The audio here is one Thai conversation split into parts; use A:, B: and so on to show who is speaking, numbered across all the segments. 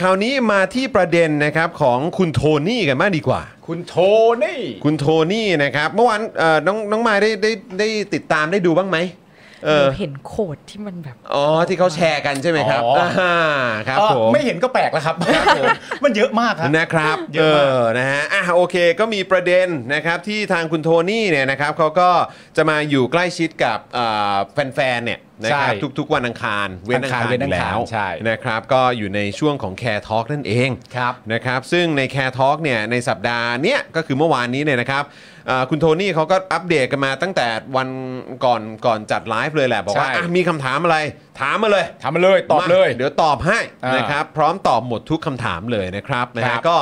A: คราวนี้มาที่ประเด็นนะครับของคุณโทนี่กันมากดีกว่า
B: คุณโทนี่
A: คุณโทนี่นะครับเมื่อวานเอ่อน้องน้องมายได้ได้ได้ติดตามได้ดูบ้างไหมเออ
C: เราเห็นโคดที่มันแบบ
A: อ๋อที่เขาแชร์กันใช่ไหมครับ
B: อ๋ออ่
A: าครับ
B: เอ่อ
A: ผม
B: ไม่เห็นก็แปลกแล้วครับ มันเยอะมากครับ
A: นะครับ
B: เย
A: เอ
B: อะมาก
A: อนะฮะอ่ะโอเคก็มีประเด็นนะครับที่ทางคุณโทนี่เนี่ยนะครับเขาก็จะมาอยู่ใกล้ชิดกับอ่าแฟนๆเนี่ยนะครับทุกๆวันอังคารเว้นอังคารอยู่แล้ว
B: ใช่
A: นะครับก็อยู่ในช่วงของแคร์ทอล์กนั่นเอง
B: ครับ
A: นะครับซึ่งในแคร์ทอ l k เนี่ยในสัปดาห์เนี้ยก็คือเมื่อวานนี้เนี่ยนะครับเอ่อคุณโทนี่เขาก็อัปเดตกันมาตั้งแต่วันก่อนก่อนจัดไลฟ์เลยแหละ บอกว่า
B: ใช่
A: อ่ะมีคำถามอะไรถามมาเลย
B: ทำมาเลยตอบเลย
A: มาเดี๋ยวตอบให้
B: อ่าน
A: นะครับพร้อมตอบหมดทุกคำถามเลยนะครับนะ
B: ค
A: ฮะ
B: รับ
A: ก็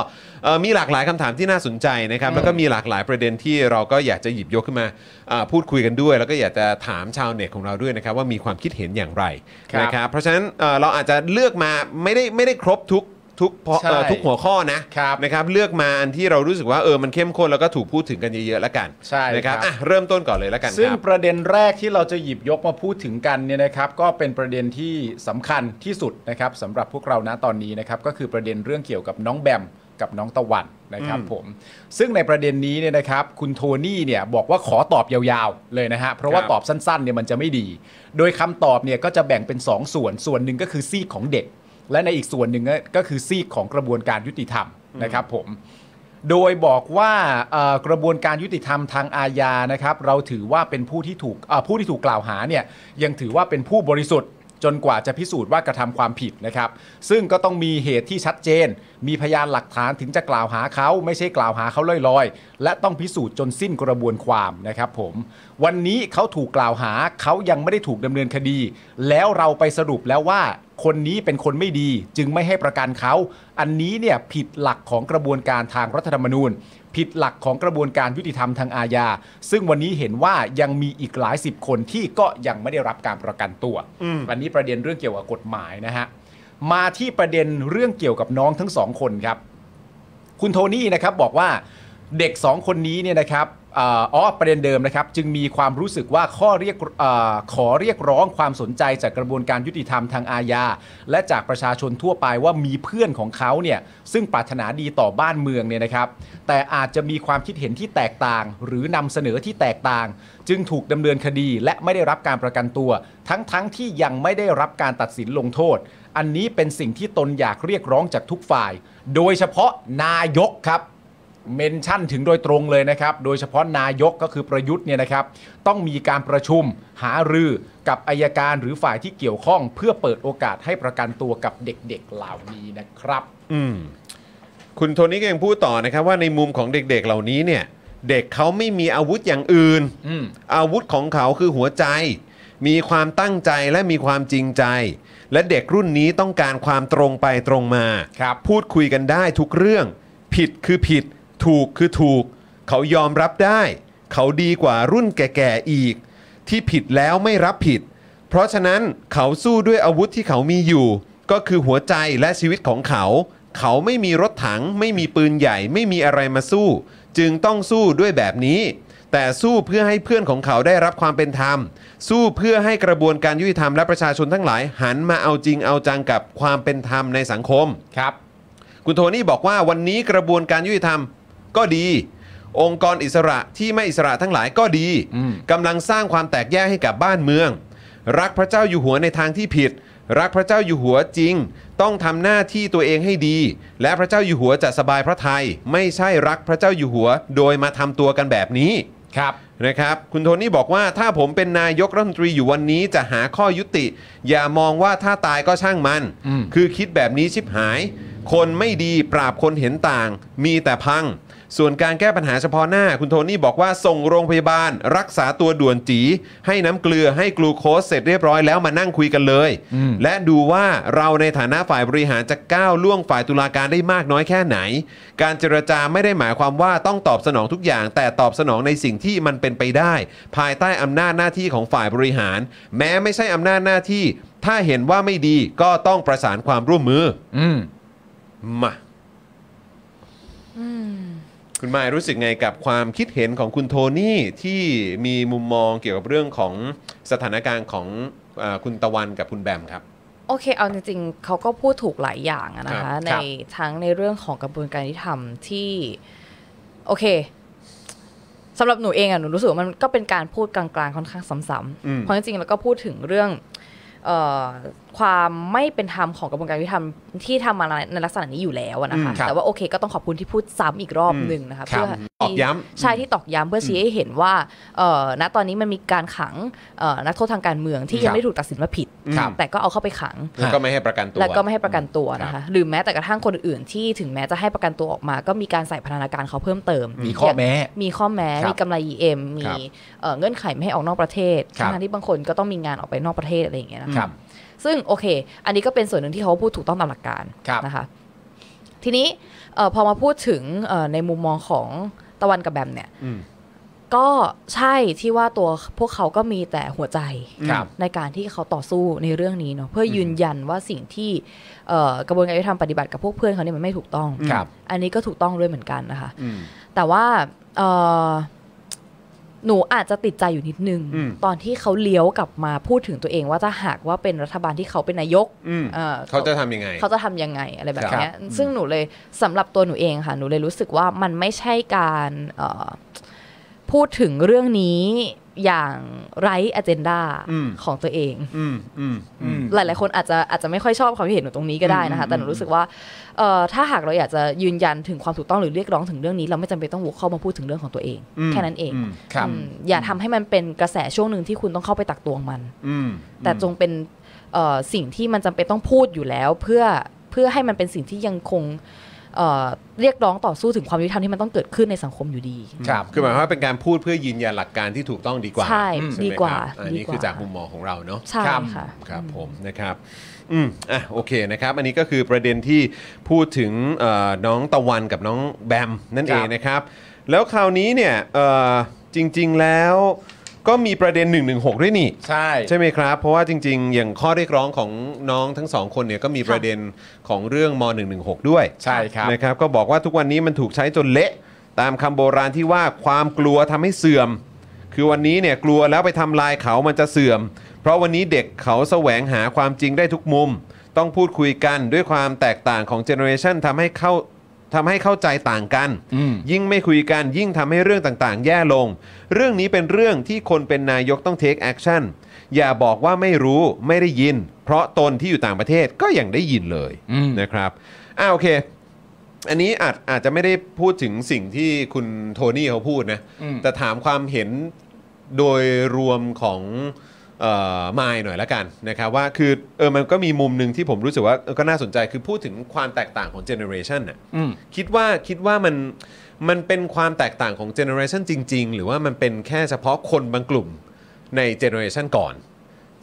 A: เอ่อมีหลากหลายคำถามที่น่าสนใจนะครับแล้วก็มีหลากหลายประเด็นที่เราก็อยากจะหยิบยกขึ้นมาอ่าพูดคุยกันด้วย แล้วก็อยากจะถามชาวเน็ตของเราด้วยนะครับว่ามีความคิดเห็นอย่างไร
B: ครับ
A: นะครับ เพราะฉะนั้นเอ่อเราอาจจะเลือกมาไม่ได้ไม่ได้ครบทุกทุกพอเอ่อ
B: ใช่
A: ทุกหัวข้อนะ
B: ครับ
A: นะครับเลือกมาอันที่เรารู้สึกว่าเออมันเข้มข้นแล้วก็ถูกพูดถึงกันเยอะๆแล้วกัน
B: ใช่
A: นะครับ
B: ครับ
A: อ่ะเริ่มต้นก่อนเลยแล้วกัน
B: ซึ่ง
A: ครับ
B: ประเด็นแรกที่เราจะหยิบยกมาพูดถึงกันเนี่ยนะครับ ก็เป็นประเด็นที่สำคัญที่สุดนะครับสำหรับพวกเราณตอนนี้นะครับ ก็คือประเด็นเรื่องเกี่ยวกับน้องแบมกับน้องตะวันนะครับผม ซึ่งในประเด็นนี้เนี่ยนะครับ คุณโทนี่เนี่ยบอกว่าขอตอบยาวๆเลยนะฮะเพราะว่า
A: ครับ
B: ตอบสั้นๆเนี่ยมันจะไม่ดี โดยคำตอบเนี่ยก็จะแบ่งเป็นสองส่วนส่วนหนึ่งก็คือซีกของเด็ก และในอีกส่วนหนึ่งก็คือซีกของกระบวนการยุติธรรมนะครับผม โดยบอกว่าเอ่อกระบวนการยุติธรรมทางอาญานะครับ เราถือว่าเป็นผู้ที่ถูกเอ่อผู้ที่ถูกกล่าวหาเนี่ยยังถือว่าเป็นผู้บริสุทธิ์ จนกว่าจะพิสูจน์ว่ากระทำความผิดนะครับ ซึ่งก็ต้องมีเหตุที่ชัดเจน มีพยานหลักฐานถึงจะกล่าวหาเขา ไม่ใช่กล่าวหาเขาลอยๆ และต้องพิสูจน์จนสิ้นกระบวนความนะครับผม วันนี้เขาถูกกล่าวหาเขายังไม่ได้ถูกดำเนินคดี แล้วเราไปสรุปแล้วว่า คนนี้เป็นคนไม่ดีจึงไม่ให้ประกันเขา อันนี้เนี่ยผิดหลักของกระบวนการทางรัฐธรรมนูญ ผิดหลักของกระบวนการยุติธรรมทางอาญา ซึ่งวันนี้เห็นว่ายังมีอีกหลายสิบคนที่ก็ยังไม่ได้รับการประกันตัวอันนี้ประเด็นเรื่องเกี่ยวกับกฎหมายนะฮะ มาที่ประเด็นเรื่องเกี่ยวกับน้องทั้งสองคนครับ คุณโทนี่นะครับบอกว่าเด็ก 2 คนนี้เนี่ยนะครับเอ่ออ๋อประเด็นเดิมนะครับ จึงมีความรู้สึกว่าข้อเรียกเออขอเรียกร้องความสนใจจากกระบวนการยุติธรรมทางอาญาและจากประชาชนทั่วไปว่ามีเพื่อนของเขาเนี่ยซึ่งปรารถนาดีต่อบ้านเมืองเนี่ยนะครับ แต่อาจจะมีความคิดเห็นที่แตกต่าง หรือนำเสนอที่แตกต่าง จึงถูกดำเนินคดีและไม่ได้รับการประกันตัว ทั้งๆที่ยังไม่ได้รับการตัดสินลงโทษ อันนี้เป็นสิ่งที่ตนอยากเรียกร้องจากทุกฝ่าย โดยเฉพาะนายกครับ เมนชั่นถึงโดยตรงเลยนะครับ โดยเฉพาะนายกก็คือประยุทธ์เนี่ยนะครับ ต้องมีการประชุมหารือกับอายการหรือฝ่ายที่เกี่ยวข้อง เพื่อเปิดโอกาสให้ประกันตัวกับเด็กๆเหล่านี้นะครับ
A: อืมคุณโทนี่ก็ยังพูดต่อนะครับว่าในมุมของเด็กๆเหล่านี้เนี่ย เด็กเขาไม่มีอาวุธอย่างอื่น
B: อืม
A: อาวุธของเขาคือหัวใจ มีความตั้งใจและมีความจริงใจ และเด็กรุ่นนี้ต้องการความตรงไปตรงมา
B: ครับ
A: พูดคุยกันได้ทุกเรื่อง ผิดคือผิด ถูกคือถูก เขายอมรับได้ เขาดีกว่ารุ่นแก่ๆอีก ที่ผิดแล้วไม่รับผิด เพราะฉะนั้นเขาสู้ด้วยอาวุธที่เขามีอยู่ ก็คือหัวใจและชีวิตของเขา เขาไม่มีรถถัง ไม่มีปืนใหญ่ ไม่มีอะไรมาสู้ จึงต้องสู้ด้วยแบบนี้ แต่สู้เพื่อให้เพื่อนของเขาได้รับความเป็นธรรม สู้เพื่อให้กระบวนการยุติธรรมและประชาชนทั้งหลาย หันมาเอาจริงเอาจังกับความเป็นธรรมในสังคม
B: ครับ
A: คุณโทนี่บอกว่าวันนี้กระบวนการยุติธรรมก็ดี องค์กรอิสระที่ไม่อิสระทั้งหลายก็ดี
B: อืม
A: กำลังสร้างความแตกแยกให้กับบ้านเมือง รักพระเจ้าอยู่หัวในทางที่ผิด รักพระเจ้าอยู่หัวจริง ต้องทำหน้าที่ตัวเองให้ดี และพระเจ้าอยู่หัวจะสบายพระทัยไม่ใช่รักพระเจ้าอยู่หัว โดยมาทำตัวกันแบบนี้
B: ครับ
A: นะครับคุณโทนี่บอกว่าถ้าผมเป็นนายกรัฐมนตรีอยู่วันนี้จะหาข้อยุติ อย่ามองว่าถ้าตายก็ช่างมัน
B: อืม
A: คือคิดแบบนี้ชิบหาย คนไม่ดีปราบคนเห็นต่าง มีแต่พัง ส่วนการแก้ปัญหาเฉพาะหน้า คุณโทนี่บอกว่าส่งโรงพยาบาล รักษาตัวด่วนจี ให้น้ำเกลือให้กลูโคสเสร็จเรียบร้อยแล้วมานั่งคุยกันเลย และดูว่าเราในฐานะฝ่ายบริหารจะก้าวล่วงฝ่ายตุลาการได้มากน้อยแค่ไหน การเจรจาไม่ได้หมายความว่าต้องตอบสนองทุกอย่าง แต่ตอบสนองในสิ่งที่มันเป็นไปได้ ภายใต้อำนาจหน้าที่ของฝ่ายบริหาร แม้ไม่ใช่อำนาจหน้าที่ ถ้าเห็นว่าไม่ดีก็ต้องประสานความร่วมมือ
B: อืม
A: มาคุณมายรู้สึกไงกับความคิดเห็นของคุณโทนี่ที่มีมุมมองเกี่ยวกับเรื่องของสถานการณ์ของเออคุณตะวันกับคุณแบมครับ
C: โอเค เอาจริงๆเขาก็พูดถูกหลายอย่างอะนะ
B: ครั
C: คะ
B: บ
C: ใน
B: ครับ
C: ทั้งในเรื่องของกระบวนการยุติธรรมที่ โอเคสำหรับหนูเองอะหนูรู้สึกว่ามันก็เป็นการพูดกลางๆค่อนข้างซ้ำ
A: อืม
C: ๆเพราะจริงๆแล้วก็พูดถึงเรื่องเอ่อความไม่เป็นธรรมของกระบวนการยุติธรรมที่ทำมาในลักษณะนี้อยู่แล้วอะนะคะ
B: อืมครับ
C: แต่ว่าโอเค ก็ต้องขอบคุณที่พูดซ้ำอีกรอบหนึ่งนะ
B: ครั
C: คะ
B: บ
C: เพื่อ
A: ตอก
C: ที่
A: ย้ำ
C: ใช่ที่ตอกย้ำเพื่อชี้ให้เห็นว่าเอ่อณตอนนี้มันมีการขังเอ่อนักโทษทางการเมืองที่
B: ครั
C: ยั
B: บ
C: งไม่ได้ถูกตัดสินว่าผิด
A: ครับ
C: แต่ก็เอาเข้าไปขัง
A: แล้วก็ไม่ให้ประกันตัว
C: แล้วก็ไม่ให้ประกันตัวนะ
B: ครั
C: คะ
B: บ
C: หรือแม้แต่กระทั่งคนอื่นที่ถึงแม้จะให้ประกันตัวออกมา ก็มีการใส่พันธนาการเขาเพิ่มเติม
B: มีข้อแม้
C: มีข้อแม้
B: ครับ
C: มีกำไร EM มี
B: ครับ
C: เอ่อเงื่อนไขไม่ให้ออกนอกประเทศ
B: ครับ
C: ทั้งๆที่บางคนก็ต้องมีงานออกไปนอกประเทศอะไรอย่างเงี้ยนะะ
B: ครับ
C: ซึ่งโอเค อันนี้ก็เป็นส่วนหนึ่งที่เขาพูดถูกต้องตามหลักการ
B: ครับ
C: นะคะ ทีนี้เอ่อพอมาพูดถึงเอ่อในมุมมองของตะวันกับแบมเนี่ย
A: อืม
C: ก็ใช่ที่ว่าตัวพวกเขาก็มีแต่หัวใจ
B: ครับ
C: ในการที่เขาต่อสู้ในเรื่องนี้เนาะเพื่อยืนยันว่าสิ่งที่เอ่อกระบวนการยุติธรรมปฏิบัติกับพวกเพื่อนเขาเนี่ยมันไม่ถูกต้อง
B: ครับ
C: อันนี้ก็ถูกต้องด้วยเหมือนกันนะคะ
A: อืม
C: แต่ว่าเอ่อหนูอาจจะติดใจอยู่นิดนึง
A: อืม
C: ตอนที่เขาเลี้ยวกลับมาพูดถึงตัวเองว่าถ้าหากว่าเป็นรัฐบาลที่เขาเป็นนายก
A: อืม
C: เอ่อ
A: เขาจะทำยังไง
C: เขาจะทำยังไงอะไรแบบเนี้ยซึ่งหนูเลยสำหรับตัวหนูเองค่ะ หนูเลยรู้สึกว่ามันไม่ใช่การเอ่อพูดถึงเรื่องนี้อย่างไร้อเจนดา
A: อืม
C: ของตัวเอง
A: อืมอืมอืม
C: หลายๆคนอาจจะอาจจะไม่ค่อยชอบความคิดเห็นหนูตรงนี้ก็ได้นะคะ แต่หนูรู้สึกว่าเอ่อถ้าหากเราอยากจะยืนยันถึงความถูกต้องหรือเรียกร้องถึงเรื่องนี้ เราไม่จำเป็นต้องวกเข้ามาพูดถึงเรื่องของตัวเอง
A: อืม
C: แค่นั้นเอง
A: อืม
B: ครับ
C: อืมอย่าทำให้มันเป็นกระแสช่วงหนึ่งที่คุณต้องเข้าไปตักตวงมัน
A: อืม
C: แต่จงเป็นเอ่อสิ่งที่มันจำเป็นต้องพูดอยู่แล้ว เพื่อเพื่อให้มันเป็นสิ่งที่ยังคงเอ่อเรียกร้องต่อสู้ถึงความยุติธรรมที่มันต้องเกิดขึ้นในสังคมอยู่ดี
B: ครับ
A: คือหมายความว่าเป็นการพูดเพื่อยืนยันหลักการที่ถูกต้องดีกว่า
C: ใช่
A: ไหม
C: ดีกว่า
A: ครับอันนี้
C: ดีกว่า
A: คือจากมุมมองของเราเนาะ
C: ใช่
B: ครับ
C: ค่ะ
A: ครับผมนะครับอืมอ่ะโอเคนะครับ อันนี้ก็คือประเด็นที่พูดถึงเอ่อน้องตะวันกับน้องแบมนั่น
B: ค
A: เอ
B: รับ
A: งนะครับ แล้วคราวนี้เนี่ยเอ่อจริง ๆแล้วก็มีประเด็น 116 ด้วยนี่
B: ใช่
A: ใช่ไหมครับ เพราะว่าจริง ๆ อย่างข้อเรียกร้องของน้องทั้งสองคนเนี่ยก็มีประเด็นของเรื่องม .116 ด้วย
B: ใช่ครับ
A: นะครับ ก็บอกว่าทุกวันนี้มันถูกใช้จนเละตามคำโบราณที่ว่าความกลัวทำให้เสื่อม คือวันนี้เนี่ยกลัวแล้วไปทำลายเขามันจะเสื่อม เพราะวันนี้เด็กเขาแสวงหาความจริงได้ทุกมุม ต้องพูดคุยกันด้วยความแตกต่างของเจเนอเรชันทำให้เข้าทำให้เข้าใจต่างกัน
B: อืม
A: ยิ่งไม่คุยกันยิ่งทำให้เรื่องต่างๆ แย่ลง เรื่องนี้เป็นเรื่องที่คนเป็นนายกต้องเทคแอคชั่นอย่าบอกว่าไม่รู้ไม่ได้ยิน เพราะตนที่อยู่ต่างประเทศก็ยังได้ยินเลย
B: อืม
A: นะครับอ่าโอเค อันนี้อาจอาจจะไม่ได้พูดถึงสิ่งที่คุณโทนี่เขาพูดนะ
B: อืม
A: แต่ถามความเห็นโดยรวมของเอ่อมายหน่อยละกันนะครับว่าคือเออมันก็มีมุมหนึ่งที่ผมรู้สึกว่าเออก็น่าสนใจคือพูดถึงความแตกต่างของเจเนอเรชันน่ะ
B: อืม
A: คิดว่าคิดว่ามันมันเป็นความแตกต่างของเจเนอเรชันจริง ๆ หรือว่ามันเป็นแค่เฉพาะคนบางกลุ่มในเจเนอเรชันก่อน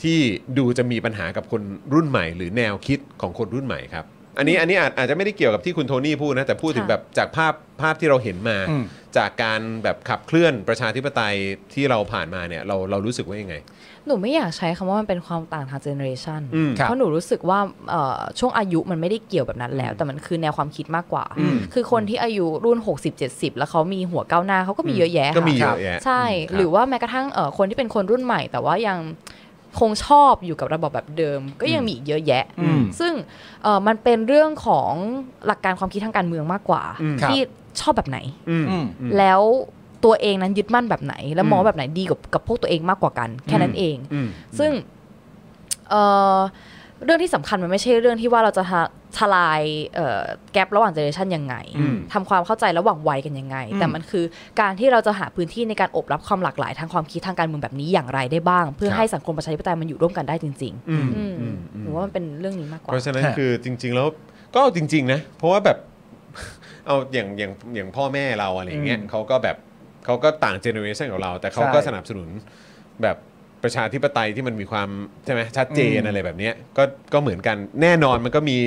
A: ที่ดูจะมีปัญหากับคนรุ่นใหม่ หรือแนวคิดของคนรุ่นใหม่ครับ อันนี้อันนี้อาจอาจจะไม่ได้เกี่ยวกับที่คุณโทนี่พูดนะ แต่พูดถึง
C: ค่ะ
A: แบบจากภาพภาพที่เราเห็นมา
B: อืม
A: จากการแบบขับเคลื่อนประชาธิปไตยที่เราผ่านมาเนี่ยเราเรารู้สึกว่ายังไง
C: หนูไม่อยากใช้คำว่ามันเป็นความต่างทางเจเนอเรชัน
A: อืมครับ
C: เพราะหนูรู้สึกว่าเอ่อช่วงอายุมันไม่ได้เกี่ยวแบบนั้นแล้ว แต่มันคือแนวความคิดมากกว่า
A: อืม
C: คือคนที่อายุรุ่น 60-70 แล้วเขามีหัวก้าวหน้าเขาก็มีเยอะแยะ
A: ก็มีเย
C: ค่ะ
A: อะแยะ
C: ใช่
A: มคบ
C: หรือว่าแม้กระทั่งเอ่อคนที่เป็นคนรุ่นใหม่ แต่ว่ายังคงชอบอยู่กับระบบแบบเดิม ก็ยังมีอีกเยอะแยะ
B: อืม
C: ซึ่งเอ่อมันเป็นเรื่องของหลักการความคิดทางการเมืองมากกว่า
A: อืม
C: ที่ชอบแบบไหน
A: อืม
B: อืม
A: อืม
C: แล้วตัวเองนั้นยึดมั่นแบบไหน และมอง
A: อืม
C: แบบไหนดีกับกับพวกตัวเองมากกว่ากัน แค่นั้นเอง
A: อืม
C: ซึ่งเอ่อเรื่องที่สำคัญมันไม่ใช่เรื่องที่ว่าเราจะทะทลายเอ่อแกลระหว่างเจเนอเรชันยังไง
A: อืม
C: ทำความเข้าใจระหว่างวัยกันยังไง แต่มันคือการที่เราจะหาพื้นที่ในการอบรับความหลากหลายทางความคิดทางการเมืองแบบนี้อย่างไรได้บ้าง เพื่อให้สังคมประชาธิปไตยมันอยู่ร่วมกันได้จริง
A: อืม
C: ๆอืม
A: อืมอืม
C: หรือว่ามันเป็นเรื่องนี้มากกว่า
A: เพราะฉะนั้น
B: ฮะ
A: คือจริง ๆ แล้วก็เอาจริง ๆ นะ เพราะว่าแบบ เอาอย่างอย่างอย่างพ่อแม่เราอะไรอย่างเงี้ย
B: อืม
A: เขาก็แบบเขาก็ต่างเจเนอเรชันกับเรา แต่เขา
B: ใช่
A: ก็สนับสนุนแบบประชาธิปไตยที่มันมีความใช่ไหมชัดเจน
B: อืม
A: อะไรแบบเนี้ยก็ก็เหมือนกันแน่นอนมันก็มี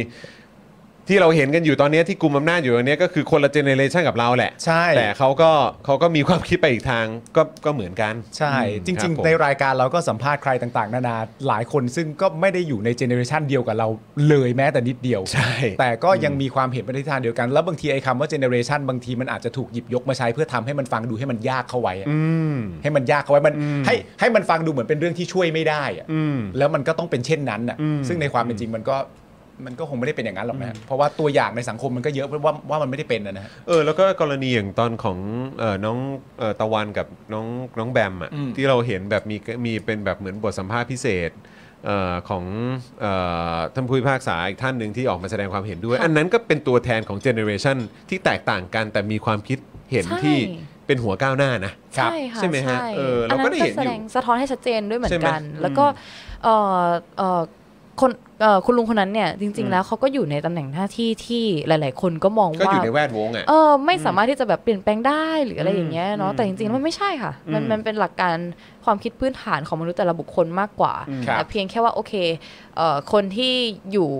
A: ที่เราเห็นกันอยู่ตอนเนี้ยที่กลุ่มอำนาจอยู่ตอนเนี้ยก็คือคนละเจเนเรชันกับเราแหละ
B: ใช่
A: แต่เขาก็เขาก็มีความคิดไปอีกทางก็ก็เหมือนกัน
B: ใช่ จ
A: ครั
B: ริ
A: บ
B: ง
A: ผม
B: ๆ ในรายการเราก็สัมภาษณ์ใครต่าง ๆ นานาหลายคนซึ่งก็ไม่ได้อยู่ในเจเนอเรชันเดียวกับเราเลยแม้แต่นิดเดียว
A: ใช่
B: แต่ก็ยังมีความเห็นไปในทิศทางเดียวกัน แล้วบางทีไอ้คำว่าเจเนอเรชันบางทีมันอาจจะถูกหยิบยกมาใช้เพื่อทำให้มันฟังดูให้มันยากเข้าไว้อะ
A: อืม
B: ให้มันยากเข้าไว้มันให้ให้มันฟังดูเหมือนเป็นเรื่องที่ช่วยไม่ได้อะ
A: อืม
B: แล้วมันก็ต้องเป็นเช่นนั้นอ่ะ
A: อืม
B: ซึ่งในความเป็นจริงมันก็มันก็คงไม่ได้เป็นอย่างนั้นหรอกนะเพราะว่าตัวอย่างในสังคมมันก็เยอะว่าว่ามันไม่ได้เป็นนะนะฮะ
A: เออแล้วก็กรณีอย่างตอนของเออน้องเออตะวันกับน้องน้องแบมอ่ะ
B: อืม
A: ที่เราเห็นแบบมีมีเป็นแบบเหมือนบทสัมภาษณ์พิเศษเออของเออท่านผู้พิพากษาอีกท่านหนึ่งที่ออกมาแสดงความเห็นด้วย อันนั้นก็เป็นตัวแทนของเจเนอเรชันที่แตกต่างกันแต่มีความคิดเห็น
C: ใช่
A: ที่เป็นหัวก้าวหน้านะ
B: ครับ
C: ใช่ค่ะ
A: ใช่ไหมฮะ
C: ใช่
A: เออเราก็ได้เห็นอยู่
C: อัแสดงสะท้อนให้ชัดเจนด้วยเหมือ
A: ใช่
C: น
A: ไหม
C: กัน แล้วก็เอ่อเอ่อคนเอ่อคุณลุงคนนั้นเนี่ยจ
A: อื
C: ริง
A: ม
C: ๆ แล้วเขาก็อยู่ในตำแหน่งหน้าที่ที่หลาย ๆ คนก็มอง
A: ก็อ
C: ว่า
A: ยู่ในแวดวงอ่ะ
C: เออไม่สามารถที่จะแบบเปลี่ยนแปลงได้หรืออะไรอย่างเงี้ย
A: อื
C: เนาะ
A: ม
C: แต่จริง ๆ มันไม่ใช่ค่ะ มัน
A: อืม
C: มันเป็นหลักการความคิดพื้นฐานของมนุษย์แต่ละบุคคลมากกว่า
A: อืม
B: ครับ
C: แต่เพียงแค่ว่าโอเคเอ่อคนที่อยู่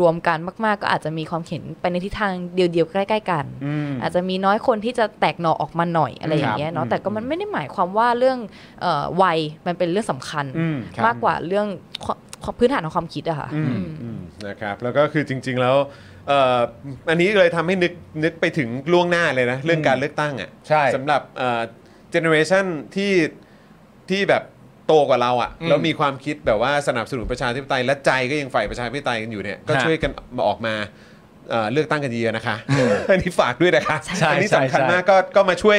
C: รวมๆกันมาก ๆ ก็อาจจะมีความเห็นไปในทิศทางเดียว ๆ ใกล้ ๆ กัน
A: อืม
C: อาจจะมีน้อยคนที่จะแตกหน่อออกมาหน่อยอะไรอ
B: ค
C: ย่า
B: รั
C: ง
B: บ
C: เงี้ยเนาะแต่ก็
A: อืม
C: มันไม่ได้หมายความว่าเรื่องเอ่อวัยมันเป็นเรื่องสำคัญ
A: อืม
B: ครับ
C: มากกว่าเรื่องความความพื้นฐานของความคิดอะค่ะ
A: อืมอืมนะครับแล้วก็คือจริง ๆ แล้วเอ่ออันนี้เลยทำให้นึกนึกไปถึงล่วงหน้าเลยนะ เรื่องการเลือกตั้งอ่ะ
B: ใช่
A: สำหรับเจเนอเรชันที่ที่แบบโตกว่าเราอ่ะ
B: อืม
A: แล้วมีความคิดแบบว่าสนับสนุนประชาธิปไตยและใจก็ยังฝ่ายประชาธิปไตยกันอยู่เนี่ยก็
B: ฮะ
A: ช่วยกันมาออกมาเอ่อเลือกตั้งกันเยอะๆนะคะ อันนี้ฝากด้วยนะคะ
B: ใช่
A: อันี้สำคัญ
B: ใช่
A: มากก็ก็มาช่วย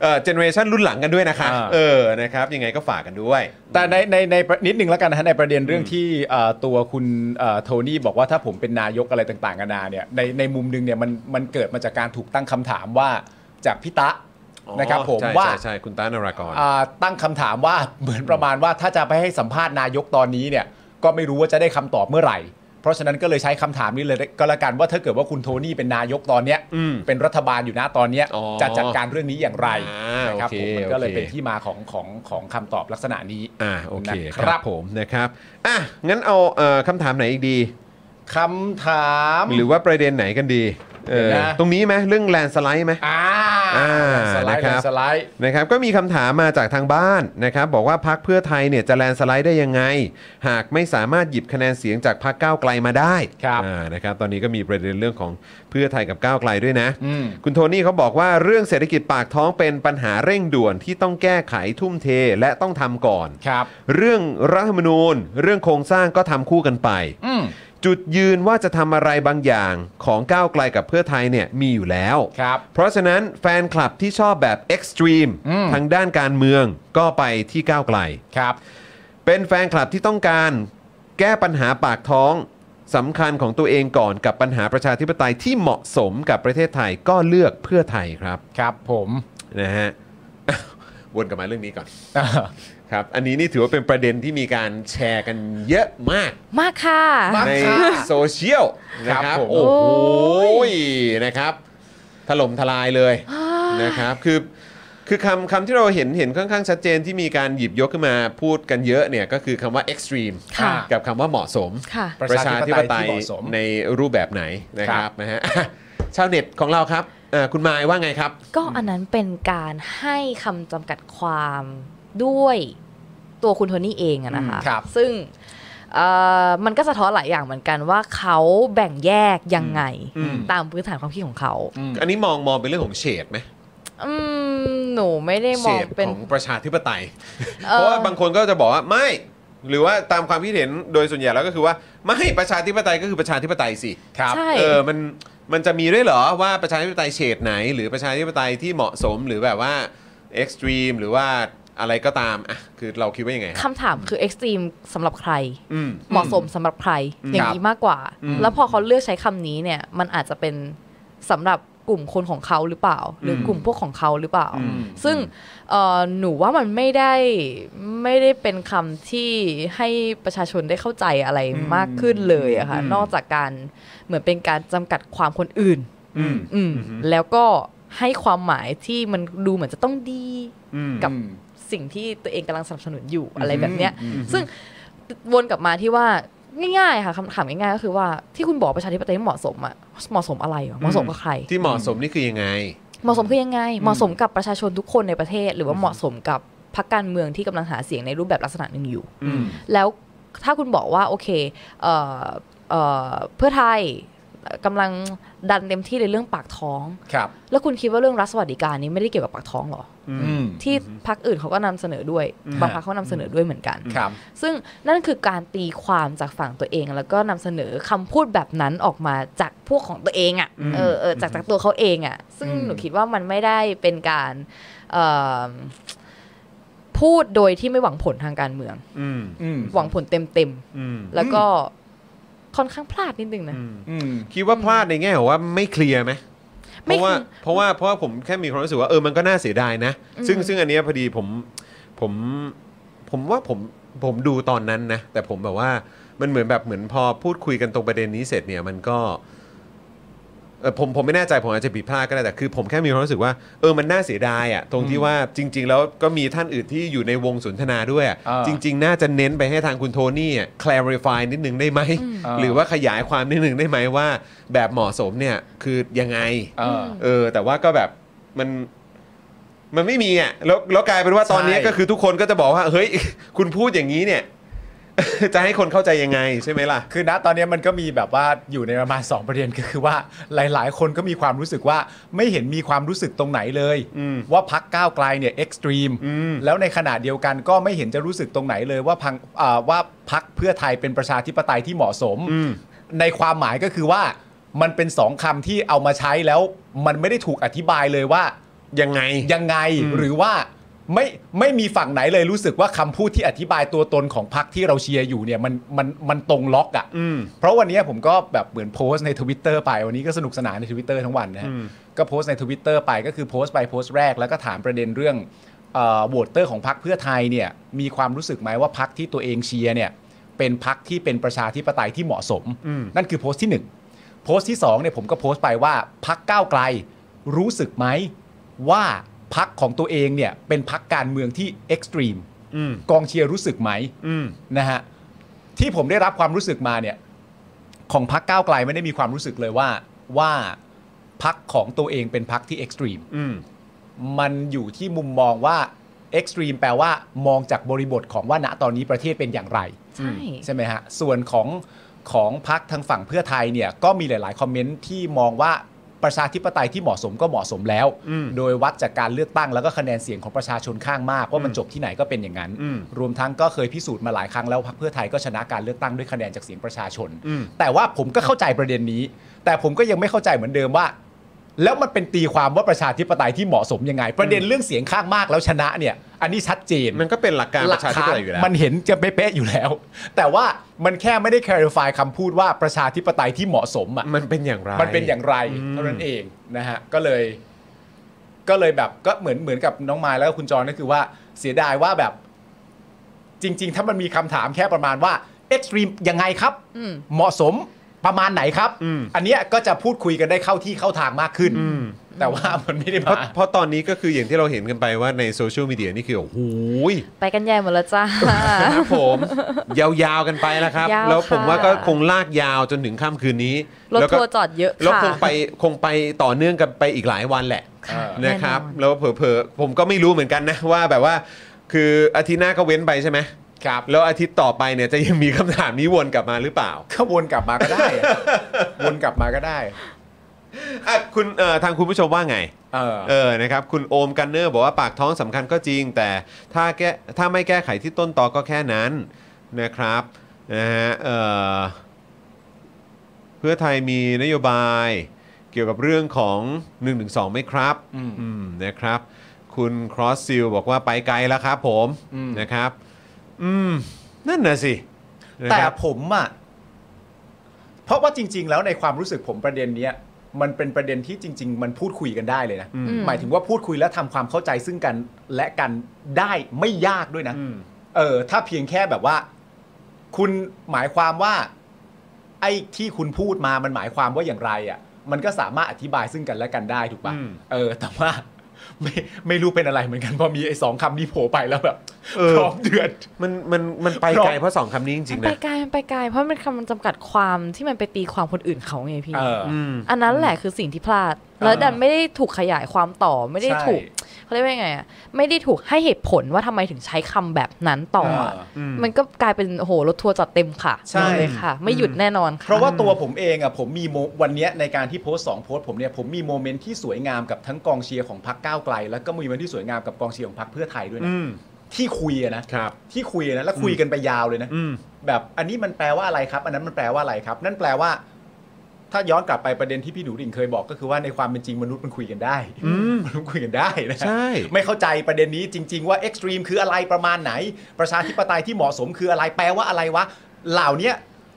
A: เจเนอเรชันรุ่นหลังกันด้วยนะคะ
B: อ่า
A: เออนะครับยังไงก็ฝากกันด้วย
B: แต่ในในในนิดนึงแล้วกันนะฮะในประเด็นเรื่องที่เอ่อตัวคุณเอ่อโทนี่บอกว่าถ้าผมเป็นนายกอะไรต่างๆกันานาเนี่ยในในมุมหนึงเนี่ยมันมันเกิดมาจากการถูกตั้งคำถามว่าจากพิตะนะครับผม
A: ใช่
B: ว่า
A: ใช่ใช่คุณต้านรากร
B: อ่าตั้งคำถามว่าเหมือนประมาณว่าถ้าจะไปให้สัมภาษณ์นายกตอนนี้เนี่ยก็ไม่รู้ว่าจะได้คำตอบเมื่อไหร่ เพราะฉะนั้นก็เลยใช้คำถามนี้เลยก็แล้วกันว่าถ้าเกิดว่าคุณโทนี่เป็นนายกตอนเนี้ย
A: อืม
B: เป็นรัฐบาลอยู่นะตอนเนี้ย
A: อ๋อ
B: จะจัดการเรื่องนี้อย่างไร
A: อ่าน
B: นะครับ
A: โอเค
B: ผมมันก็เลย
A: โอเค
B: เป็นที่มาของของของคำตอบลักษณะนี้
A: อ่าโอเคค
B: นะครับ
A: รับผมนะครับอ่ะงั้นเอาเอ่อคำถามไหนอีกดี
B: คำถาม
A: หรือว่าประเด็นไหนกันดีเออ
B: เดี๋ยวนะ
A: ตรงนี้ไหมเรื่องแลนสไลด์ไหม
B: อ่า
A: อ่า
B: สไลด์
A: นะครับ
B: สไลด์
A: นะครับก็มีคำถามมาจากทางบ้านนะครับบอกว่าพักเพื่อไทยเนี่ยจะแลนสไลด์ได้ยังไง หากไม่สามารถหยิบคะแนนเสียงจากพักก้าวไกลมาได้
B: ครับ
A: อ่านะครับตอนนี้ก็มีประเด็นเรื่องของเพื่อไทยกับก้าวไกลด้วยนะ
B: อืม
A: คุณโทนี่เขาบอกว่าเรื่องเศรษฐกิจปากท้องเป็นปัญหาเร่งด่วนที่ต้องแก้ไขทุ่มเทและต้องทำก่อน
B: ครับ
A: เรื่องรัฐธรรมนูญ เรื่องโครงสร้างก็ทำคู่กันไป
B: อืม
A: จุดยืนว่าจะทำอะไรบางอย่างของก้าวไกลกับเพื่อไทยเนี่ยมีอยู่แล้ว
B: ครับ
A: เพราะฉะนั้นแฟนคลับที่ชอบแบบเอ็กซ์ตรีม
B: อืม
A: ทางด้านการเมืองก็ไปที่ก้าวไกล
B: ครับ
A: เป็นแฟนคลับที่ต้องการแก้ปัญหาปากท้องสำคัญของตัวเองก่อนกับปัญหาประชาธิปไตยที่เหมาะสมกับประเทศไทยก็เลือกเพื่อไทยครับ
B: ครับ ผม
A: นะฮะ วนกลับมาเรื่องนี้ก่อน
B: อ่า
A: ครับ อันนี้นี่ถือว่าเป็นประเด็นที่มีการแชร์กันเยอะมาก
C: มากค่ะ
B: า
A: ใน
B: ค่ะ
A: โซเชียลนะค
B: ครั
A: รับบ
B: ผม
A: โอ้โห
C: โอ้ย
A: นะครับ ถล่มทลายเลยนะครับคือคือคำคำที่เราเห็นเห็นค่อนข้างชัดเจนที่มีการหยิบยกขึ้นมาพูดกันเยอะเนี่ยก็คือคำว่า extreme
C: ค่ะ
A: กับคำว่าเหมาะสม
C: ค่ะ
A: ประชาธิปไตย
B: ที่เหมาะสม
A: ในรูปแบบไหนนะค
B: ครั
A: รับบ นะฮะ ชาวเน็ตของเราครับเอ่อคุณมายว่าไงครับ
C: ก็อันนั้นเป็นการให้คำจำกัดความด้วยตัวคุณโทนี่เองอะนะคะ
B: อืมครับ
C: ซึ่งเอ่อมันก็สะท้อนหลายอย่างเหมือนกันว่าเขาแบ่งแยกยังไง
B: อืม
C: ตามพื้นฐานความคิดของเขา
B: อืม
A: อันนี้มองมองเป็นเรื่องของเฉดไหม
C: อืมหนูไม่ได้ม
A: เฉ
C: อง
A: ด
C: เป็น
A: ของประชาธิปไตย
C: เอ่อ
A: เพราะว่าบางคนก็จะบอกว่าไม่ หรือว่าตามความคิดเห็นโดยส่วนใหญ่แล้วก็คือว่าไม่ประชาธิปไตยก็คือประชาธิปไตยสิ
B: ครับ
C: ใช่
A: เออมันมันจะมีด้วยเหรอว่าประชาธิปไตยเฉดไหน หรือประชาธิปไตยที่เหมาะสมหรือแบบว่าเอ็กซ์ตรีมหรือว่าอะไรก็ตามอ่ะคือเราคิดว่ายังไงครับ
C: คำถามคือเอ็กซ์ตรีมสำหรับใคร
A: อืม
C: เหมาะสมสำหรับใครอย่างนี้มากกว่า
A: อืม
C: แล้วพอเขาเลือกใช้คำนี้เนี่ย มันอาจจะเป็นสำหรับกลุ่มคนของเขาหรือเปล่า หรือ
A: ม
C: กลุ่มพวกของเขาหรือเปล่า
A: อืม
C: ซึ่งเอ่อหนูว่ามันไม่ได้ไม่ได้เป็นคำที่ให้ประชาชนได้เข้าใจอะไรมากขึ้นเลยอะค่ะนอกจากการเหมือนเป็นการจำกัดความคนอื่น
A: อืม
C: อืม
A: อืม
C: แล้วก็ให้ความหมายที่มันดูเหมือนจะต้องดี
A: อืม
C: กับ
B: อืม
C: สิ่งที่ตัวเองกำลังสนับสนุนอยู่อะไรแบบเนี้ย
B: อืม
C: ซึ่งวนกลับมาที่ว่า ง่ายๆค่ะคำถามง่ายๆก็คือว่าที่คุณบอกประชาธิปไตยไม่เหมาะสมอะเหมาะสมอะไรวะเหมาะสมกับใคร
A: ที่เหมาะสมนี่คือยังไง
C: เหมาะสมคือยังไง เหมาะสมกับประชาชนทุกคนในประเทศ หรือว่าเหมาะสมกับพรรคการเมืองที่กำลังหาเสียงในรูปแบบลักษณะหนึ่งอยู่
A: อืม
C: แล้วถ้าคุณบอกว่าโอเคเอ่อเอ่อเพื่อไทยกำลังดันเต็มที่ในเรื่องปากท้อง
B: ครับ
C: แล้วคุณคิดว่าเรื่องรัฐสวัสดิการนี้ไม่ได้เกี่ยวกับปากท้องเหรอ
B: อืม
C: ที่พรรคอื่นเขาก็นำเสนอด้วย
B: อืม
C: บางพรรคเขานำเสนอด้วยเหมือนกัน
B: ครับ
C: ซึ่งนั่นคือการตีความจากฝั่งตัวเอง แล้วก็นำเสนอคำพูดแบบนั้นออกมาจากพวกของตัวเองอะ่ะ
B: อืม
C: เออเออจากจากตัวเขาเองอะ่ะ ซึ่ง
B: อืม
C: หนูคิดว่ามันไม่ได้เป็นการเอิ่มพูดโดยที่ไม่หวังผลทางการเมือง
A: อืม
B: อืม
C: หวังผลเต็มเต็ม
A: อืม
C: ๆแล้วก็ค่อนข้างพลาดนิดนึงนะ
A: อืม
B: อืม
A: คิดว่าพลาดในแง่ของว่าไม่เคลียร์ไหมเพ
C: ไม่
A: ราะว่า
C: เคลียร์
A: เพราะว่าเพราะว่าผมแค่มีความรู้สึกว่าเออมันก็น่าเสียดายนะ
C: อืม
A: ซึ่งซึ่งอันเนี้ยพอดีผมผมผมว่าผมผมดูตอนนั้นนะ แต่ผมแบบว่ามันเหมือนแบบเหมือนพอพูดคุยกันตรงประเด็นนี้เสร็จเนี่ยมันก็เออผมผมไม่แน่ใจผมอาจจะผิดพลาดก็ได้แต่คือผมแค่มีความรู้สึกว่าเออมันน่าเสียดายอะตรงที่ว่าจริง ๆ แล้วก็มีท่านอื่นที่อยู่ในวงสนทนาด้วยอะ
B: อ่า
A: จริง ๆ น่าจะเน้นไปให้ทางคุณโทนี่อะ clarify นิดนึงได้ไหม
B: อ่า
A: หรือว่าขยายความนิดหนึ่งได้ไหมว่า แบบเหมาะสมเนี่ยคือยังไง
B: เออ
A: เออ แต่ว่าก็แบบมันมันไม่มีอ่ะแล้วแล้วกลายเป็นว่าตอนนี้
B: ใช่
A: ก็คือทุกคนก็จะบอกว่า เฮ้ย คุณพูดอย่างนี้เนี่ย จะให้คนเข้าใจยังไงใช่ไหมล่ะ
B: คือณตอนนี้มันก็มีแบบว่าอยู่ในประมาณ 2 ประเด็นก็คือว่าหลาย ๆ คนก็มีความรู้สึกว่าไม่เห็นมีความรู้สึกตรงไหนเลย
A: อืม
B: ว่าพักก้าวไกลเนี่ยเอ็กซ์ตรีม
A: อืม
B: แล้วในขณะเดียวกันก็ไม่เห็นจะรู้สึกตรงไหนเลยว่าพังอ่าว่าพักเพื่อไทยเป็นประชาธิปไตยที่เหมาะสม
A: อืม
B: ในความหมายก็คือว่ามันเป็นสองคำที่เอามาใช้แล้วมันไม่ได้ถูกอธิบายเลยว่า
A: ยังไง
B: ยังไง
A: อืม
B: หรือว่าไม่ไม่มีฝั่งไหนเลยรู้สึกว่าคำพูดที่อธิบายตัวตนของพรรคที่เราเชียร์อยู่เนี่ยมันมันมันตรงล็อกอะ่ะ
A: อืม
B: เพราะวันนี้ผมก็แบบเหมือนโพสต์ในทวิตเตอร์ไปวันนี้ก็สนุกสนานในทวิตเตอร์ทั้งวันนะฮะ
A: อืม
B: ก็โพสต์ในทวิตเตอร์ไปก็คือโพสต์ไปโพสต์แรกแล้วก็ถามประเด็นเรื่องเอ่อโหวตเตอร์ของพรรคเพื่อไทยเนี่ยมีความรู้สึกไหมว่าพรรคที่ตัวเองเชียร์เนี่ยเป็นพรรคที่เป็นประชาธิปไตยที่เหมาะสม นั่นคือโพสต์ที่หนึ่ง โพสต์ที่2เนี่ยผมก็โพสต์ไปว่าพักก้าวไกลรู้สึกไหมว่าพักของตัวเองเนี่ยเป็นพักการเมืองที่เอ็กซ์ตรีม
A: อืม
B: กองเชียร์รู้สึกไหม
A: อืม
B: นะฮะที่ผมได้รับความรู้สึกมาเนี่ยของพักก้าวไกลไม่ได้มีความรู้สึกเลยว่าว่าพักของตัวเองเป็นพักที่เอ็กซ์ตรีม
A: อืม
B: มันอยู่ที่มุมมองว่าเอ็กซ์ตรีมแปลว่ามองจากบริบทของว่าณตอนนี้ประเทศเป็นอย่างไร
C: ใช่
B: ใช่ไหมฮะ ส่วนของของพักทางฝั่งเพื่อไทยเนี่ยก็มีหลาย ๆ คอมเมนต์ที่มองว่าประชาธิปไตยที่เหมาะสมก็เหมาะสมแล้ว โดยวัดจากการเลือกตั้งแล้วก็คะแนนเสียงของประชาชนข้างมากว่ามันจบที่ไหนก็เป็นอย่างนั้น รวมทั้งก็เคยพิสูจน์มาหลายครั้งแล้วพรรคเพื่อไทยก็ชนะการเลือกตั้งด้วยคะแนนจากเสียงประชาชน
A: อืม
B: แต่ว่าผมก็เข้าใจประเด็นนี้ แต่ผมก็ยังไม่เข้าใจเหมือนเดิมว่า แล้วมันเป็นตีความว่าประชาธิปไตยที่เหมาะสมยังไง ประเด็นเรื่องเสียงข้างมากแล้วชนะเนี่ย อันนี้ชัดเจน
A: มันก็เป็นหลักการประชาธิปไตยอยู่แล้ว
B: มันเห็นจะเป๊ะๆอยู่แล้ว แต่ว่ามันแค่ไม่ได้ clarify คำพูดว่าประชาธิปไตยที่เหมาะสมอ่ะ
A: มันเป็นอย่างไร
B: มันเป็นอย่างไร
A: อืม
B: เท่านั้นเองนะฮะก็เลย ก็เลยแบบก็เหมือนเหมือนกับน้องมายแล้วก็คุณจรก็คือว่าเสียดายว่าแบบ จริง ๆ ถ้ามันมีคำถามแค่ประมาณว่าเอ็กซ์ตรีมยังไงครับ
C: อืม
B: เหมาะสมประมาณไหนครับ
A: อืม
B: อันเนี้ยก็จะพูดคุยกันได้เข้าที่เข้าทางมากขึ้น
A: อืม
B: แต่ว่ามันไม่ได้
A: เพราะ
B: มา
A: เพราะตอนนี้ก็คืออย่างที่เราเห็นกันไปว่าในโซเชียลมีเดียนี่คือโอ้โหย
C: ไปกันใหญ่หมดแล้ว จ้า
A: ครับผม ยาวๆกันไปแล้วครับ
C: ยาว
A: แล้วผม
C: ค่ะ
A: ว่าก็คงลากยาวจนถึงค่ำคืนนี้
C: รถ
A: แล้วก็
C: ทัวร์จอดเยอะ
A: แล้ว
C: ค่ะ
A: คงไปคงไปต่อเนื่องกันไปอีกหลายวันแหละ
C: ค่ะ
B: เออ
C: แอ
A: นะครับ แล้วเผลอๆผมก็ไม่รู้เหมือนกันนะว่าแบบว่า คืออาทิตย์หน้าก็เว้นไปใช่ไหม
B: ครับ
A: แล้วอาทิตย์ต่อไปเนี่ยจะยังมีคำถามนี้วนกลับมาหรือเปล่า
B: ก็วนกลับมาก็ได้ อะวนกลับมาก็ได้
A: อ่ะคุณเอ่อทางคุณผู้ชมว่าไง
B: เออ
A: เออ นะครับ คุณโอมกันเนอร์บอกว่าปากท้องสำคัญก็จริง แต่ถ้าแก้ถ้าไม่แก้ไขที่ต้นตอก็แค่นั้นนะครับนะฮะเอ่อเพื่อไทยมีนโยบายเกี่ยวกับเรื่องของ 112ไหมครับ
B: อืม
A: มนะครับ คุณครอสซิลบอกว่าไปไกลแล้วครับผม
B: อืม
A: นะครับ อืม นั่นน่ะสิ
B: แต่
A: นะครับ
B: ผมอ่ะ เพราะว่าจริง ๆ แล้วในความรู้สึกผมประเด็นเนี้ย มันเป็นประเด็นที่จริง ๆ มันพูดคุยกันได้เลยนะ
A: อืม
B: หมายถึงว่าพูดคุยและทำความเข้าใจซึ่งกันและกันได้ไม่ยากด้วยนะ
A: อืม
B: เออ ถ้าเพียงแค่แบบว่า คุณหมายความว่า ไอ้ที่คุณพูดมามันหมายความว่าอย่างไร อ่ะ มันก็สามารถอธิบายซึ่งกันและกันได้ถูกปะ
A: อืม
B: เออ แต่ว่า ไม่ไม่รู้เป็นอะไรเหมือนกันพอมีไอ้สองคำนี้โผล่ไปแล้วแบบ
A: เออ
B: พร้อมเดือด
A: มันมันมันไป
B: เพราะ
A: ไกลเพราะสองคำนี้จริงๆ
C: ไป
A: นะ
C: ไกลมันไปไกลเพราะมันเป็นคำจำกัดความที่มันไปตีความคนอื่นเขาไงพี่
B: เออ
A: อืม
C: อันนั้นแหละคือสิ่งที่พลาด แล้วดันไม่ได้ถูกขยายความต่อไม่ได้
B: ใช่
C: ถูกเขาเรียกว่ายังไงอ่ะไม่ได้ถูกให้เหตุผลว่าทำไมถึงใช้คำแบบนั้นต่ออะ
B: เออ
A: อืม
C: มันก็กลายเป็นโอ้โหรถทัวร์จัดเต็มค่ะ
B: ใช่
C: มาเลยค่ะ ไม่หยุดแน่นอนค่ะ
B: เพราะว่าตัวผมเองอ่ะผมมีโมวันเนี้ยในการที่โพสต์สองโพสต์ผมเนี่ยผมมีโมเมนต์ที่สวยงามกับทั้งกองเชียร์ของพรรคก้าวไกล แล้วก็มีโมเมนต์ที่สวยงามกับกองเชียร์ของพรรคเพื่อไทยด้วยนะ
A: อืม
B: ที่คุยอะนะครับ ที่คุยอะนะแล้วคุยกันไปยาวเลยนะ
A: อืม
B: แบบอันนี้มันแปลว่าอะไรครับ อันนั้นมันแปลว่าอะไรครับ นั่นแปลว่า ถ้าย้อนกลับไปประเด็นที่พี่หนูดิ่งเคยบอกก็คือว่าในความเป็นจริงมนุษย์มันคุยกันได้
A: ม
B: มนุษย์คุยกันได้นะ
A: ใช่
B: ไม่เข้าใจประเด็นนี้จริง ๆ ว่าเอ็กซ์ตรีมคืออะไรประมาณไหน ประชาธิปไตยที่เหมาะสมคืออะไรแปลว่าอะไรวะเหล่าเนี้ย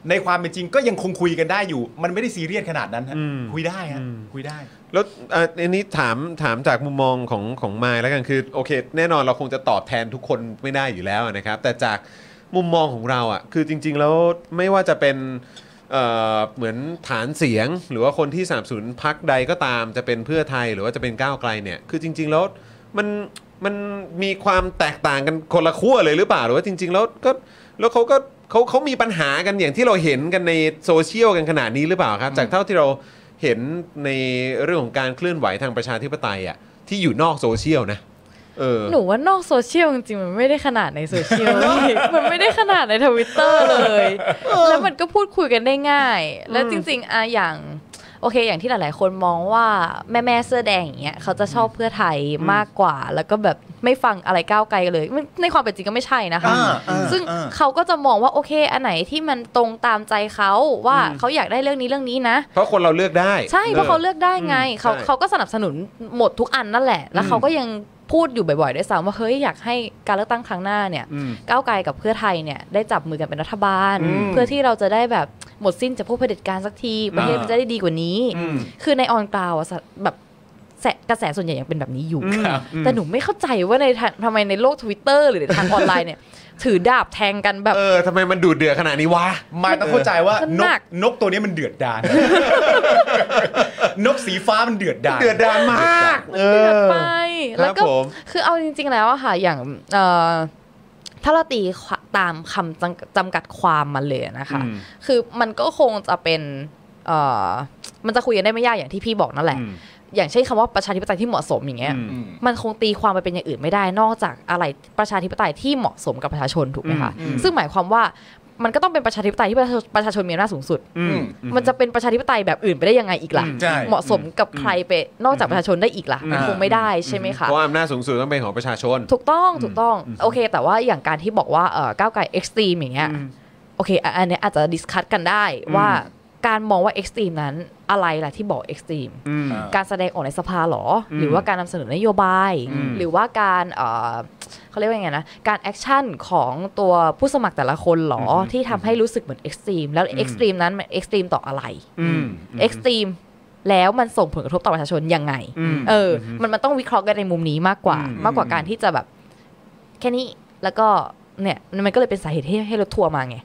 B: ในความเป็นจริงก็ยังคงคุยกันได้อยู่ มันไม่ได้ซีเรียสขนาดนั้นฮะคุยได้ฮะคุยได้
A: แล้วเอ่ออันนี้ถามถามจากมุมมองของของมายแล้วกันคือโอเค แน่นอนเราคงจะตอบแทนทุกคนไม่ได้อยู่แล้วนะครับ แต่จากมุมมองของเราอะ่ะคือจริง ๆ แล้วไม่ว่าจะเป็นเอ่อเหมือนฐานเสียง หรือว่าคนที่สนับสนุนพักใดก็ตามจะเป็นเพื่อไทยหรือว่าจะเป็นก้าวไกลเนี่ยคือจริง ๆ แล้วมันมันมีความแตกต่างกันคนละขั้วเลยหรือเปล่าหรือว่าจริง ๆ แล้วก็แล้วเขาก็เขาเขามีปัญหากันอย่างที่เราเห็นกันในโซเชียลกันขนาดนี้หรือเปล่าครับ จากเท่าที่เรา เห็นในเรื่องของการเคลื่อนไหวทางประชาธิปไตยอ่ะที่อยู่นอกโซเชียลนะ เออ
C: หนูว่านอกโซเชียลจริงๆมันไม่ได้ขนาดในโซเชียล มันไม่ได้ขนาดในทวิตเตอร์เลย แล้วมันก็พูดคุยกันได้ง่าย แล้วจริงๆอะอย่างโอเค อย่างที่หลายๆ คนมองว่าแม่แม่ๆเสื้อแดงอย่างเงี้ยเขาจะชอบเพื่อไทยมากกว่า แล้วก็แบบไม่ฟังอะไรก้าวไกลเลยมันในความเป็นจริงก็ไม่ใช่นะคะ
B: อ่าอ่า
C: ซึ่ง
B: อ่า
C: เขาก็จะมองว่าโอเคอันไหนที่มันตรงตามใจเขาว่าเขาอยากได้เรื่องนี้เรื่องนี้นะ
A: เพราะคนเราเลือกได้
C: ใช่เพราะเขาเลือกได้ไง
A: อืม
C: เขา
A: ใช่
C: เขาก็สนับสนุนหมดทุกอันนั่นแหละ แล้วเขาก็ยังพูดอยู่บ่อยๆด้วยซ้ำว่าเฮ้ยอยากให้การเลือกตั้งครั้งหน้าเนี่ย
A: อืม
C: ก้าวไกลกับเพื่อไทยเนี่ยได้จับมือกันเป็นรัฐบาล
B: อืม
C: เพื่อที่เราจะได้แบบหมดสิ้นจากพวกเผด็จการสักทีประเทศ
B: อ่ามั
C: มันจะได้ดีกว่านี้
B: อืม
C: คือในออนกราวอะสะแบบแสกระแสส่วนใหญ่ยังเป็นแบบนี้อยู่
B: ครับ
C: แต่หนูไม่เข้าใจว่าในทางทำไมในโลกทวิตเตอร์หรือในทางออนไลน์เนี่ย ถือดาบแทงกันแบบ
A: เออทำไมมันดูดเดือดขนาดนี้วะ
B: มายต้องเข้าใจว่า
C: มัน
B: น
C: หนั
B: ก
C: ก
B: นกตัวนี้มันเดือด ดาน นกสีฟ้ามันเดือดดาน
A: เดือดดานมาก เอ
C: เดือด
A: อ
C: ไปแล้ว
A: ค
C: ก็
A: รับผม
C: คือเอาจริง ๆ แล้วอะค่ะอย่างเอ่อถ้าเราตีควตามคำจำจำกัดความมันเลยนะคะ คือมันก็คงจะเป็นเอ่อมันจะคุยกันได้ไม่ยากอย่างที่พี่บอกนั่นแหละ อย่างเช่นคำว่าประชาธิปไตยที่เหมาะสมอย่างเงี้ย
B: อืม
C: มันคงตีความไปเป็นอย่างอื่นไม่ได้ นอกจากอะไรประชาธิปไตยที่เหมาะสมกับประชาชนถูกไหมคะ
B: อืม
C: ซึ่งหมายความว่ามันก็ต้องเป็นประชาธิปไตยที่ประชาประชาชนมีอำนาจสูงสุด
B: อืม
C: มันจะเป็นประชาธิปไตยแบบอื่นไปได้ยังไงอีกล่ะ
B: อืมใช่
C: เหมาะสมกับใครไปนอกจากประชาชนได้อีกล่ะ มัน
B: อ่า
C: คงไม่ได้ใช่ไหมคะ
A: เพราะอำนาจสูงสุดต้องเป็นของประชาชน
C: ถูกต้องถูกต้อง โอเค แต่ว่าอย่างการที่บอกว่าเอ่อก้าวไกลเอ็กซ์ตรีมอย่างเงี้ยโอเคอ่ะอันเนี้ยอาจจะดิสคัตกันได้ว่าการมองว่าเอ็กซ์ตรีมนั้นอะไรล่ะที่บอกเอ็กซ์ตรีม
B: อ่า
C: การแสดงออกในสภาหรอ หรือว่าการนำเสนอนโยบาย
B: อืม
C: หรือว่าการเอ่อเขาเรียกว่าไงนะการแอคชั่นของตัวผู้สมัครแต่ละคนหรออที่ทำให้รู้สึกเหมือนเอ็กซ์ตรีมแล้วเอ็กซ์ตรีมนั้นมันเอ็กซ์ตรีมต่ออะไร เอ็กซ์ตรีมแล้วมันส่งผลกระทบต่อประชาชนยังไง เอออมันมันต้องวิเคราะห์กันในมุมนี้มากกว่า
B: อืม
C: มากกว่าการที่จะแบบ แค่นี้แล้วก็เนี่ยมันก็เลยเป็นสาเหตุให้ให้รถทัวร์มาไง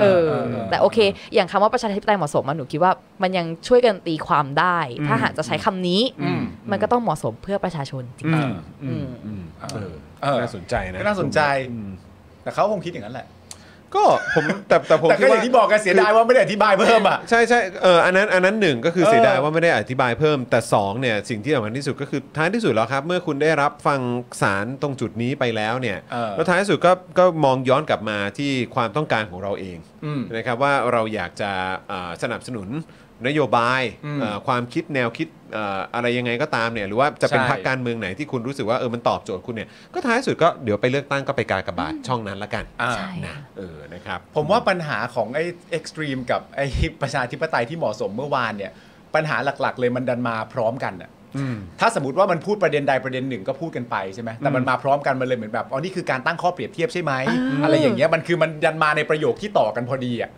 C: เออ แต่โอเค อย่างคำว่าประชาธิปไตยเหมาะสมอะหนูคิดว่ามันยังช่วยกันตีความได้ ถ้าหากจะใช้คำนี้
B: อืม
C: มันก็ต้องเหมาะสมเพื่อประชาชนจริง
B: อืม
C: ๆอืม
A: เออ
B: เออ
A: น่าสนใจนะ
B: ก็น่าสนใจ
A: อืม
B: แต่เขาคงคิดอย่างนั้นแหละ
A: ก็ผมแต่แต่ผม
B: แต่ก็
A: คิด
B: อ
A: ว่า
B: ย่างที่บอกกันเสียดายว่าไม่ได้อธิบายเพิ่มอ่ะ
A: ใช่ใช่เอออันนั้นอันนั้นหนึ่งก็คือ
B: เออ
A: เสียดายว่าไม่ได้อธิบายเพิ่มแต่สองเนี่ยสิ่งที่สำคัญที่สุดก็คือท้ายที่สุดแล้วครับ เมื่อคุณได้รับฟังสารตรงจุดนี้ไปแล้วเนี่ย
B: เออ
A: แล้วท้ายที่สุดก็ก็มองย้อนกลับมาที่ความต้องการของเราเอง
B: อืม
A: นะครับว่าเราอยากจะเอ่อสนับสนุนนโยบาย
B: อืม
A: เอ่อความคิดแนวคิดเอ่ออะไรยังไงก็ตามเนี่ยหรือว่าจะเป็น
B: ใช่
A: พรรคการเมืองไหนที่คุณรู้สึกว่าเออมันตอบโจทย์คุณเนี่ยก็ท้ายสุดก็เดี๋ยวไปเลือกตั้งก็ไปกากบาทช่องนั้นละกัน
B: อ่า
C: ใช่
A: นะเออนะครับ
B: ผมว่าปัญหาของไอ้เอ็กซ์ตรีมกับไอ้ประชาธิปไตยที่เหมาะสมเมื่อวานเนี่ย ปัญหาหลักๆ เลยมันดันมาพร้อมกันอ่ะ ถ้าสมมติว่ามันพูดประเด็นใดประเด็นหนึ่งก็พูดกันไปใช่ไหมแต่มันมาพร้อมกันมันเลยเหมือนแบบอ๋อนี่คือการตั้งข้อเปรียบเทียบใช่ไหมอะไรอย่างเงี้ยมันคือมันดันมาในประโยคที่ต่อกันพอดีอ่ะ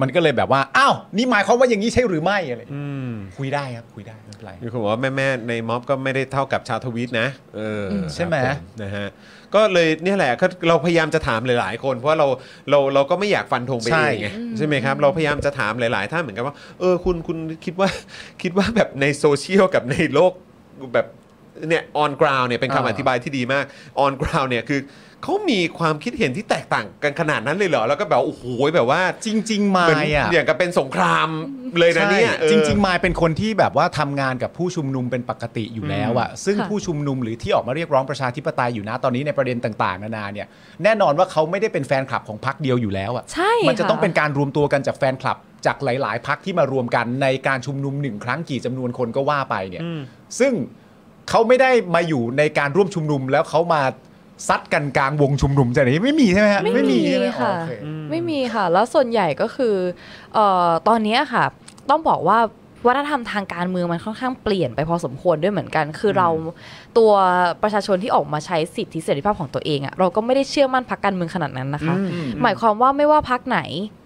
B: มันก็เลยแบบว่าอ้าวนี่หมายความว่าอย่างนี้ใช่หรือไม่อะไรอย่างเงี้ยคุยได้ครับคุยได้ไม่เป็นไร
A: มีคนบอกว่าแม่ๆในม็อบก็ไม่ได้เท่ากับชาวทวีตนะเออ
B: มใช่ไหม
A: ครับผนะฮะก็เลยเนี่ยแหละก็เราพยายามจะถามหลาย ๆ คน เพราะเราเราเราก็ไม่อยากฟันธงไป
B: ใช่
A: เองไงใช่ไหมครับเราพยายามจะถามหลาย ๆ ท่านเหมือนกันว่าเออคุณคุณคิดว่า คิดว่าแบบในโซเชียลกับในโลกแบบ เนี่ย on ground เนี่ยเป็นคำ
B: อ่า
A: อธิบายที่ดีมาก on ground เนี่ยคือเขามีความคิดเห็นที่แตกต่างกันขนาดนั้นเลยเหรอ แล้วก็แบบโอ้โหแบบว่า
B: จริง ๆ มา
A: เหมือน
B: ยอ่ะ
A: อย่างกับเป็นสงครามเลยนะเนี่ยเออ
B: จริง ๆ มายเป็นคนที่แบบว่าทำงานกับผู้ชุมนุมเป็นปกติอยู่แล้วอ่ะซึ่ง
C: ค่ะ
B: ผู้ชุมนุมหรือที่ออกมาเรียกร้องประชาธิปไตยอยู่นะตอนนี้ในประเด็นต่างๆนานาเนี่ยแน่นอนว่าเขาไม่ได้เป็นแฟนคลับของพรรคเดียวอยู่แล้วอ่ะ
C: ใช่
B: มันจะต้อง
C: ค่
B: เป็นการรวมตัวกันจากแฟนคลับ จากหลาย ๆ พักที่มารวมกันในการชุมนุมหนึ่งครั้งกี่จำนวนคนก็ว่าไปเนี่ย ซึ่งเขาไม่ได้มาอยู่ในการร่วมชุมนุมแล้วเขามาซัดกันกลางวงชุมนุมจากไหนไม่มีใช่ไหมฮะ
C: ไม่มี
B: ใช่ไหมอ๋
C: ค่ะ
B: อโอเ
C: ไม่มีค่ะ แล้วส่วนใหญ่ก็คือเอ่อตอนเนี้ยค่ะ ต้องบอกว่าวัฒนธรรมทางการเมืองมันค่อนข้างเปลี่ยนไปพอสมควรด้วยเหมือนกัน คือเราตัวประชาชนที่ออกมาใช้สิทธิเสรีภาพของตัวเองอะเราก็ไม่ได้เชื่อมั่นพรรคการเมืองขนาดนั้นนะคะ
B: อืม
C: หมายความว่าไม่ว่าพักไหน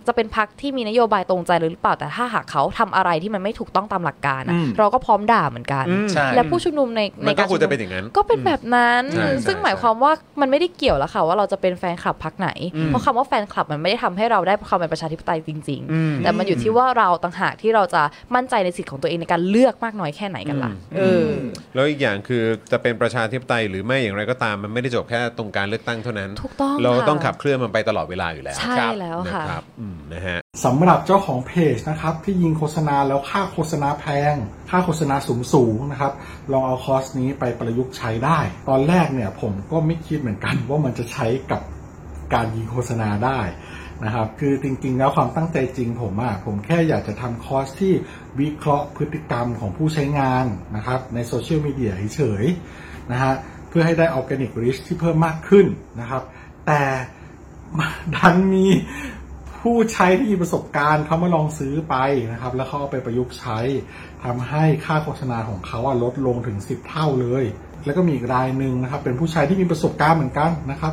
C: จะเป็นพักที่มีนโยบายตรงใจหรือเปล่าแต่ถ้าหากเขาทำอะไรที่มันไม่ถูกต้องตามหลักการอะ
B: อืม
C: เราก็พร้อมด่าเหมือนกัน
A: อืม
B: ใช่
C: และผู้ชุมนุมใน
A: มั
C: ใน
A: นก็
C: การ
A: คว
C: ชุ
A: ร
C: ม
A: จะ
C: นุ
A: เป็
C: ม
A: นอย่างนั้น
C: ก็เป็นแบบนั้น
A: ใช่ใช่
C: ซึ่งหมายความว่ามันไม่ได้เกี่ยวแล้วค่ะว่าเราจะเป็นแฟนคลับพักไหน เพราะคำว่าแฟนคลับมันไม่ได้ทำให้เราได้ความเป็นประชาธิปไตยจริง
A: อืม
C: ๆ แต่มันอยู่ที่ว่าเราต่างหากที่เราจะมั่นใจในสิทธิ์ของตัวเองในการเลือกมากน้อยแค่ไหนกันล่ะ
A: อืม
C: เออ
A: แล้วอีกอย่างคือจะเป็นประชาธิปไตยหรือไม่อย่างไรก็ตามมันไม่ได้จบแค่ตรงการเลือกตั้งเท่านั้น
C: ถูกต้อง
A: เรา
C: ค่ะ
A: ต้องขับเคลื่อนมันไปตลอดเวลาอยู่แล้ว
C: ใช่
A: รับ
C: แล้วค่ะ
A: นรับอืมนะฮะ
D: สำหรับเจ้าของเพจนะครับ ที่ยิงโฆษณาแล้วค่าโฆษณาแพง ค่าโฆษณาสูงสูงๆนะครับ ลองเอาคอร์สนี้ไปประยุกต์ใช้ได้ ตอนแรกเนี่ยผมก็ไม่คิดเหมือนกัน ว่ามันจะใช้กับการยิงโฆษณาได้นะครับ คือจริงๆ แล้วความตั้งใจจริงผมอะผมแค่อยากจะทำคอร์สที่วิเคราะห์พฤติกรรมของผู้ใช้งานนะครับ ในโซเชียลมีเดียเฉยๆนะฮะเพื่อให้ได้ออร์แกนิกริชที่เพิ่มมากขึ้นนะครับ แต่ ดันมี ผู้ใช้ที่มีประสบการณ์เขามาลองซื้อไปนะครับ แล้วเขาเอาไปประยุกต์ใช้ทำให้ค่าโฆษณาของเขาอะลดลงถึง 10 เท่าเลย แล้วก็มีอีกรายหนึ่งนะครับ เป็นผู้ใช้ที่มีประสบการณ์เหมือนกันนะครับ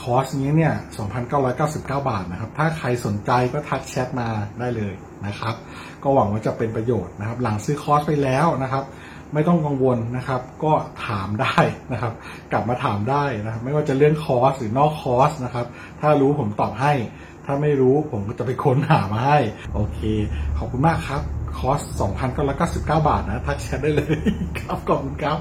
D: คอร์สนี้เนี่ย 2,999 บาทนะครับ ถ้าใครสนใจก็ทักแชทมาได้เลยนะครับ ก็หวังว่าจะเป็นประโยชน์นะครับ หลังซื้อคอร์สไปแล้วนะครับ ไม่ต้องกังวลนะครับ ก็ถามได้นะครับ กลับมาถามได้นะครับ ไม่ว่าจะเรื่องคอร์สหรือนอกคอร์สนะครับ ถ้ารู้ผมตอบให้ ถ้าไม่รู้ผมก็จะไปค้นหามาให้ โอเค ขอบคุณมากครับ คอร์ส 2,999 บาทนะ ทักแชทได้เลย ครับ ขอบคุณครับ